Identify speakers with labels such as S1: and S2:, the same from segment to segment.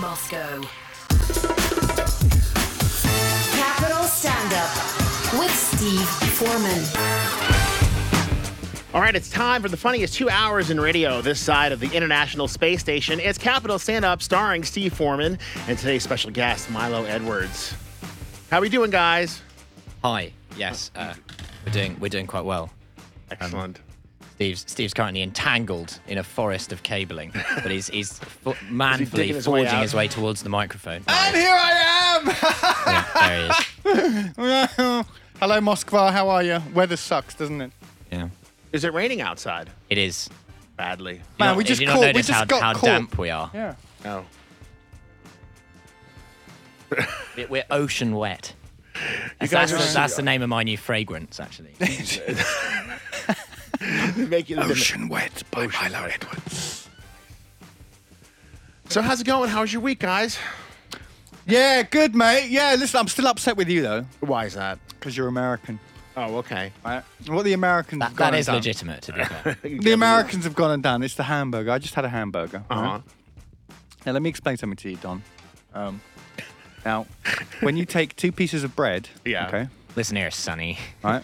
S1: Moscow. Capital Stand Up with Steve Foreman.
S2: All right, it's time for the funniest two hours in radio this side of the International Space Station. It's Capital Stand Up starring Steve Foreman and today's special guest, Milo Edwards. How we doing, guys?
S3: Hi. Yes, uh, we're doing we're doing quite well.
S2: Excellent.
S3: Steve's Steve's currently entangled in a forest of cabling, but he's he's fo- manfully
S2: digging his way
S3: forging
S2: out?
S3: his way towards the microphone.
S4: And here I
S3: Yeah, there he is.
S4: am! Hello, Moskva. How are you? Weather sucks, doesn't it?
S3: Yeah,
S2: Is it raining outside?
S3: it is.
S2: Badly.
S3: You
S4: Man,
S3: not-
S4: we just
S3: you not
S4: caught- we
S3: notice
S4: just
S3: how,
S4: got
S3: how
S4: caught.
S3: damp we are.
S4: Yeah.
S2: No.
S3: We- We're ocean wet. That's,
S2: guys
S3: that's
S2: are-
S3: the, that's the name of my new fragrance, actually.
S2: Make it
S4: Wet by Oh, Milo Edwards.
S2: So how's it going? How's your week, guys?
S4: Yeah, good, mate. Yeah, listen, I'm still upset with you, though,
S2: Why is that?
S4: because you're American.
S2: Oh, okay.
S4: Right? What the Americans
S3: That,
S4: have gone
S3: that is
S4: and done.
S3: legitimate, to be fair.
S4: The Americans have gone and done. It's the hamburger. I just had a hamburger. right?
S2: Uh-huh.
S4: Now, let me explain something to you, Don. Um, now, when you take two pieces of bread,
S2: Yeah.
S4: okay,
S3: Listen here, Sonny.
S4: right?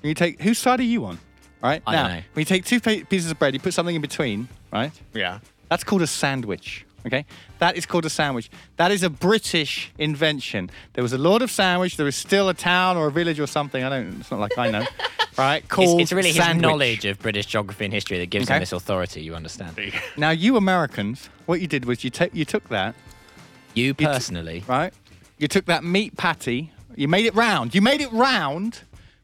S4: When you take whose side are you on? Right
S3: I
S4: now,
S3: don't know.
S4: when you take two pa- pieces of bread, you put something in between, right?
S2: Yeah.
S4: That's called a sandwich. Okay, that is called a sandwich. That is a British invention. There was a Lord of Sandwich. There is still a town or a village or something. I don't. It's not like I know, right?
S3: It's,
S4: Called
S3: it's really his
S4: sandwich.
S3: knowledge of British geography and history that gives him
S4: Okay.
S3: this authority. You understand?
S4: Now, you Americans, what you did was you took you took that
S3: You personally,
S4: right? You took that meat patty, you made it round. You made it round,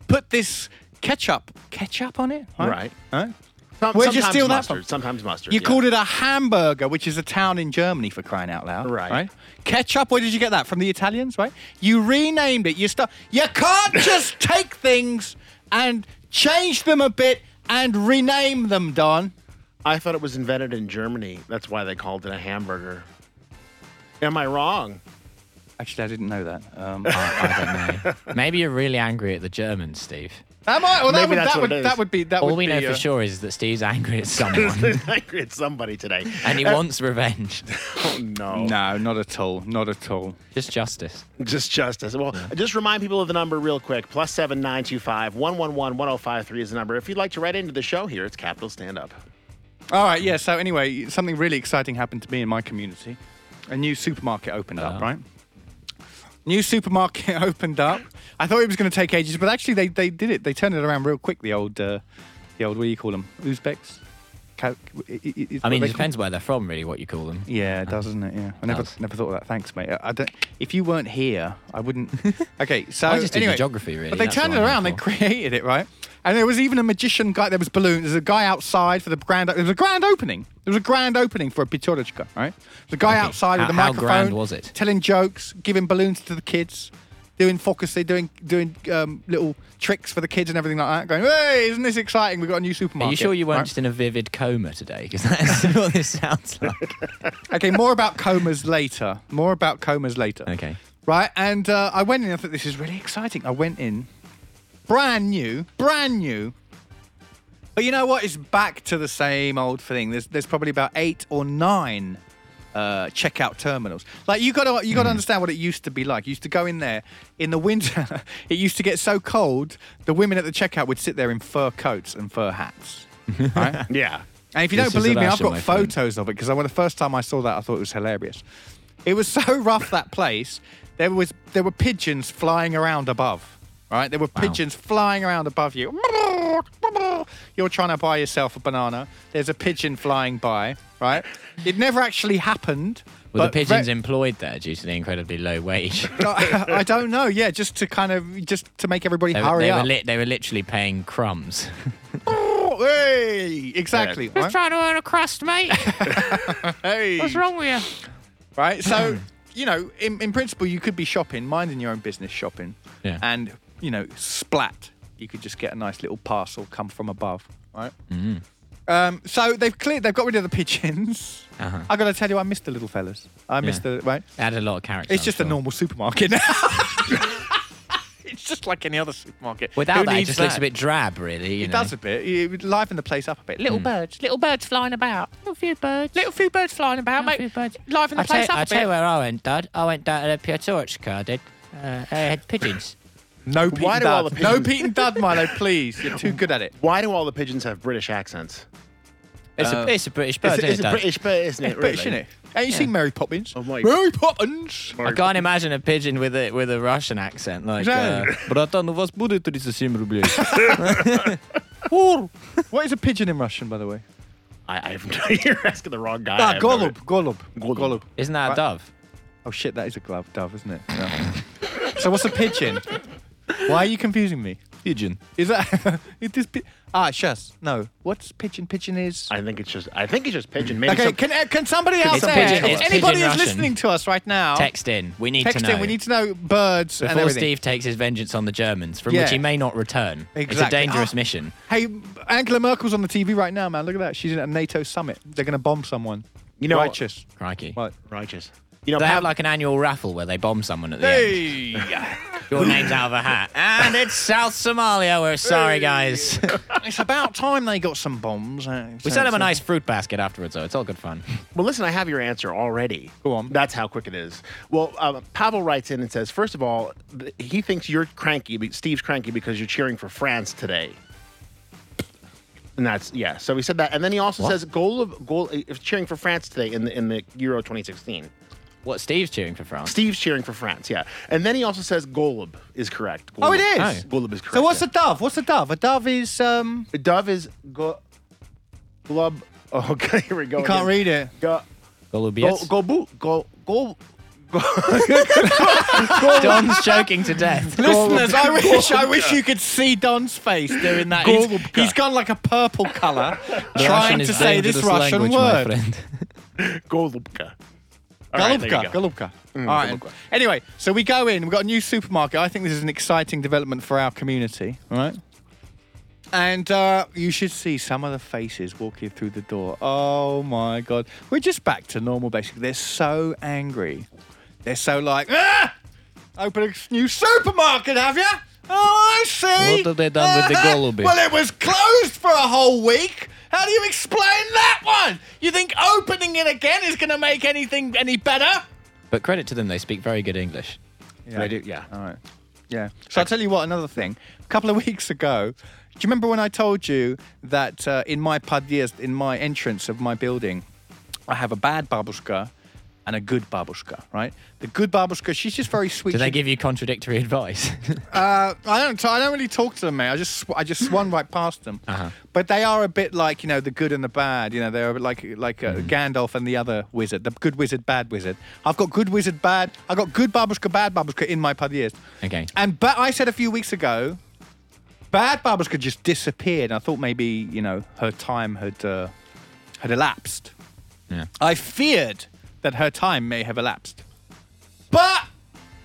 S4: put this ketchup, ketchup on it,
S2: Right.
S4: Right?
S2: Some-
S4: Where'd you
S2: sometimes
S4: steal that
S2: mustard.
S4: from?
S2: Sometimes mustard.
S4: You
S2: yeah.
S4: called it a hamburger, which is a town in Germany for crying out loud.
S2: Right.
S4: Ketchup, where did you get that? From the Italians, right? You renamed it. You stop you can't just take things and change them a bit and rename them, Don.
S2: I thought it was invented in Germany. That's why they called it a hamburger. Am I wrong?
S4: Actually, I didn't know that. Um,
S3: I, I don't know. Maybe you're really angry at the Germans, Steve.
S4: am I? Well, that
S2: Maybe
S4: would,
S2: that's
S4: that,
S2: what
S4: would,
S2: it is.
S4: that would be that
S3: All
S4: would
S3: we
S4: be,
S3: know
S4: uh,
S3: for sure is that Steve's angry at someone
S2: angry at somebody today.
S3: and he wants revenge.
S2: Oh, no.
S4: No, not at all. Not at all.
S3: Just justice.
S2: Just justice. Well, just remind people of the number real quick. Plus seven nine two five one one one one zero five three is the number. If you'd like to write into the show here, it's Capital Stand Up.
S4: All right, yeah. So anyway, something really exciting happened to me in my community. A new supermarket opened up,
S3: Oh.
S4: right? New supermarket opened up. I thought it was going to take ages, but actually they, they did it. They turned it around real quick. The old uh, the old what do you call them? Uzbeks. Ka- i- i- i-
S3: I mean,
S4: what
S3: it
S4: they call-
S3: depends where they're from, really, what you call them.
S4: Yeah, it does, doesn't it? Yeah, I never
S3: Does.
S4: never thought of that. Thanks, mate. I, I don't. If you weren't here, I wouldn't. Okay, so
S3: I just did the
S4: anyway,
S3: geography, really.
S4: But they
S3: That's
S4: turned it
S3: what I'm
S4: around. They
S3: here for.
S4: created it, right? And there was even a magician guy. There was balloons. There's a guy outside for the grand. There was a grand opening. There was a grand opening for a Pichorochka, right? The guy
S3: Okay,
S4: outside
S3: how-
S4: with the
S3: how
S4: microphone,
S3: grand was it?
S4: telling jokes, giving balloons to the kids, doing focusy, doing doing um, little tricks for the kids and everything like that. Going, hey, isn't this exciting? We've got a new supermarket.
S3: Are you sure you weren't
S4: right?
S3: just in a vivid coma today? Because that's what this sounds like.
S4: Okay, more about comas later. More about comas later.
S3: Okay.
S4: Right, and uh, I went in. I thought this is really exciting. I went in, brand new, brand new. But you know what? It's back to the same old thing. There's there's probably about eight or nine uh, checkout terminals. Like you gotta you gotta understand what it used to be like. You used to go in there in the winter. it used to get so cold. The women at the checkout would sit there in fur coats and fur hats. Right.
S2: Yeah.
S4: And if you
S3: This
S4: don't
S3: is
S4: believe me, I've
S3: Sebastian,
S4: got
S3: my friend.
S4: photos of it because when the first time I saw that, I thought it was hilarious. It was so rough that place. There was there were pigeons flying around above. Right, there were pigeons flying around above you. You're trying to buy yourself a banana. There's a pigeon flying by. Right, it never actually happened.
S3: Were the
S4: but
S3: pigeons
S4: ve-
S3: employed there due to the incredibly low wage?
S4: I, I don't know. Yeah, just to kind of just to make everybody
S3: They, were-
S4: hurry
S3: they were
S4: up.
S3: lit. they were literally paying crumbs.
S4: Hey, exactly. right?
S3: trying to earn a crust, mate.
S4: Hey.
S3: wrong with you?
S4: right? So,
S3: Hmm.
S4: you know, in, in principle, you could be shopping, minding your own business shopping,
S3: Yeah.
S4: and, you know, splat, you could just get a nice little parcel come from above, right?
S3: Mm-hmm.
S4: Um, so they've cleared, they've got rid of the pigeons.
S3: Uh-huh.
S4: i got to tell you, I missed the little fellas. I missed
S3: Yeah.
S4: the, right?
S3: They had a lot of character.
S4: It's
S3: I'm
S4: just
S3: sure.
S4: a normal supermarket now. it's just like any other supermarket.
S3: Without
S4: Who
S3: that, it
S4: needs
S3: just looks a bit drab, really. You
S4: It
S3: know?
S4: does a bit. You would liven the place up a bit.
S3: Hmm.
S4: Little birds, little birds flying about.
S3: A few birds.
S4: Little few birds flying about, mate. Liven the
S3: I tell,
S4: place
S3: I
S4: up a
S3: tell you
S4: bit.
S3: where I went, Dad. I went down to the Piotrowska, I did. Uh, I had pigeons.
S4: No Pete
S2: Why
S4: and
S2: do all
S4: Dud.
S2: the
S4: No
S2: pigeons-
S4: Pete and Dud, Milo, please. You're too good at it.
S2: Why do all the pigeons have British accents?
S3: It's,
S4: Uh,
S3: a, it's a British bird,
S2: It's,
S3: isn't
S2: it's a
S3: it, Dad?
S2: British bird, isn't it?
S4: British,
S2: really?
S4: innit? Ain't you seen Mary Poppins?
S2: Oh, my-
S4: Mary Poppins!
S3: I can't imagine a pigeon with a with a Russian accent like.
S4: No.
S3: Uh, Братан, у вас будет 37 рублей?
S4: Ooh. What is a pigeon in Russian, by the way?
S2: I, I've, you're asking the wrong guy.
S3: Uh,
S2: I
S4: Ah,
S2: have no
S4: golub, golub,
S2: Golub.
S4: golub,
S3: Isn't that a
S4: Right.
S3: dove?
S4: Oh shit, that is a glove, dove, isn't it? No. so what's a pigeon? Why are you confusing me?
S3: Pigeon.
S4: Is that it is pi- ah shush? No, what's pigeon? Pigeon is.
S2: I think it's just. I think it's just pigeon. Maybe
S4: Okay,
S2: some-
S4: can, uh, can somebody else,
S3: It's
S4: there,
S3: pigeon- it's
S4: if anybody
S3: pigeon
S4: is
S3: Russian.
S4: listening to us right now,
S3: Text in. We need
S4: Oh. text
S3: to know.
S4: in. We need to know birds and
S3: Before
S4: everything.
S3: Steve takes his vengeance on the Germans, from
S4: Yeah.
S3: which he may not return. It's a
S4: Exactly.
S3: dangerous
S4: Ah.
S3: mission.
S4: Hey, Angela Merkel's on the TV right now, man. Look at that. She's at a NATO summit. They're going to bomb someone.
S2: You know-
S4: righteous.
S3: Crikey.
S4: What?
S2: righteous. You know,
S3: They
S2: Pav-
S3: have like an annual raffle where they bomb someone at the end.
S4: Hey.
S3: Your name's out of a hat. And it's South Somalia. We're sorry, guys.
S4: it's about time they got some bombs. eh?
S3: we sent him a nice fruit basket afterwards, though. It's all good fun.
S2: Well, listen, I have your answer already.
S4: Go on.
S2: That's how quick it is. Well, um, Pavel writes in and says, first of all, th- he thinks you're cranky. be- Steve's cranky because you're cheering for France today. And that's yeah. So he said that, and then he also
S3: What?
S2: says goal of goal uh, cheering for France today in the in the Euro 2016.
S3: What, Steve's cheering for France?
S2: Steve's cheering for France, yeah. And then he also says Golub is correct.
S4: Oh, it
S2: Golub-
S4: is?
S2: Golub is correct.
S4: So what's a
S2: yeah.
S4: dove? What's a dove? A dove is um.
S2: the dove is go, glub? Oh, okay, here we go.
S4: You can't read it.
S2: Go, go,
S3: Golubiec?
S2: go, boo, go, go.
S3: Don's joking to death.
S4: Listeners, I wish I wish you could see Don's face doing that. He's, he's gone like a purple colour,
S3: The
S4: trying
S3: Russian
S4: to
S3: is
S4: say this
S3: dangerous
S4: Russian
S3: language, my
S4: word.
S3: friend.
S2: Golubka. All right, there you
S4: Golubka,
S2: go. Mm.
S4: Golubka. All right. Anyway, so we go in. We've got a new supermarket. I think this is an exciting development for our community. All right. And uh, you should see some of the faces walking through the door. Oh my God. We're just back to normal, basically. They're so angry. They're so like, ah! Open a new supermarket, have you? Oh, I see. Uh-huh.
S3: What have they done with the Golubis?
S4: Well, it was closed for a whole week. How do you explain that one? You think opening it again is going to make anything any better?
S3: But credit to them, they speak very good English.
S4: Yeah.
S2: They do- yeah.
S4: All right. Yeah. So I'll tell you what, another thing. A couple of weeks ago, do you remember when I told you that uh, in my padillas, in my entrance of my building, I have a bad babushka and a good babushka, right? The good babushka, she's just very sweet.
S3: Do they
S4: She-
S3: give you contradictory advice?
S4: uh, I don't. I don't really talk to them, mate. I just sw- I just swung right past them.
S3: Uh-huh.
S4: But they are a bit like you know the good and the bad. You know they're a bit like like uh,
S3: Mm-hmm.
S4: Gandalf and the other wizard, the good wizard, bad wizard. I've got good wizard, bad. I got good babushka, bad babushka in my padillas.
S3: Okay.
S4: And but I said a few weeks ago, bad babushka just disappeared. I thought maybe you know her time had uh, had elapsed.
S3: yeah.
S4: I feared that her time may have elapsed. But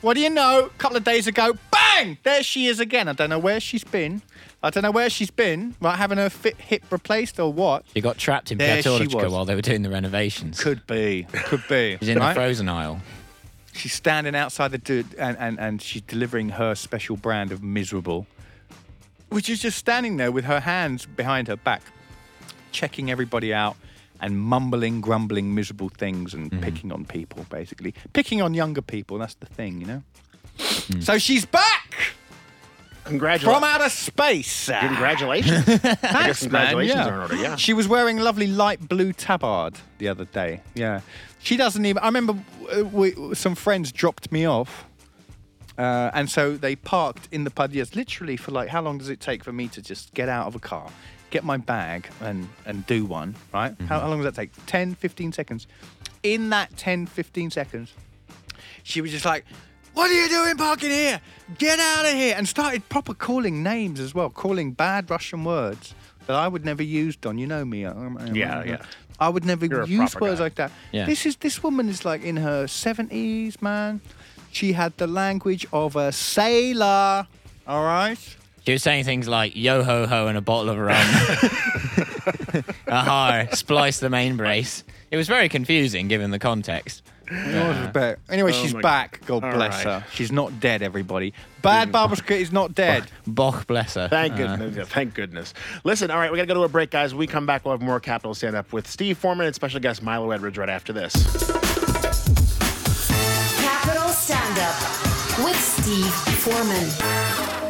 S4: what do you know? A couple of days ago, bang! There she is again. I don't know where she's been. I don't know where she's been. Right, having her fit hip replaced or what?
S3: You got trapped in
S4: There she
S3: Piotrowska
S4: was.
S3: while they were doing the renovations.
S4: Could be. Could be.
S3: She's in
S4: right?
S3: the frozen aisle.
S4: she's standing outside the dude and, and, and she's delivering her special brand of miserable, which is just standing there with her hands behind her back, checking everybody out and mumbling, grumbling, miserable things and
S3: Mm-hmm.
S4: picking on people, basically. Picking on younger people, that's the thing, you know?
S3: Mm.
S4: So she's back
S2: Congratulations.
S4: from outer space.
S2: Congratulations. I guess congratulations
S4: Man,
S2: are in order, yeah.
S4: She was wearing lovely light blue tabard the other day. Yeah. She doesn't even. I remember uh, we, some friends dropped me off. Uh, and so they parked in the Padillas literally for like, how long does it take for me to just get out of a car, get my bag and, and do one, right?
S2: Mm-hmm.
S4: How, how long does that take? 10, 15 seconds. In that 10, 15 seconds, she was just like, "What are you doing parking here? Get out of here!" and started proper calling names as well, calling bad Russian words that I would never use. Don, you know me. I'm- I'm-
S2: Yeah,
S4: I'm-
S2: yeah.
S4: I would never
S2: You're a
S4: use
S2: proper
S4: words
S2: guy.
S4: like that.
S3: Yeah.
S4: This is this woman is like in her seventies, man. She had the language of a sailor. All right.
S3: She was saying things like yo ho ho and a bottle of rum. Aha, splice the main brace. It was very confusing given the context.
S4: I bet. Anyway,
S2: Oh
S4: she's
S2: my-
S4: back. God
S2: All
S4: bless
S2: right.
S4: her. She's not dead, everybody. Bad Barbara Streisand is not dead.
S3: Boch, bless her.
S4: Uh-huh.
S2: Thank goodness. yeah, Thank goodness. Listen, all right, we got to go to a break, guys. When we come back, we'll have more Capital Stand Up with Steve Foreman and special guest Milo Edwards right after this.
S1: Capital Stand Up with Steve Foreman.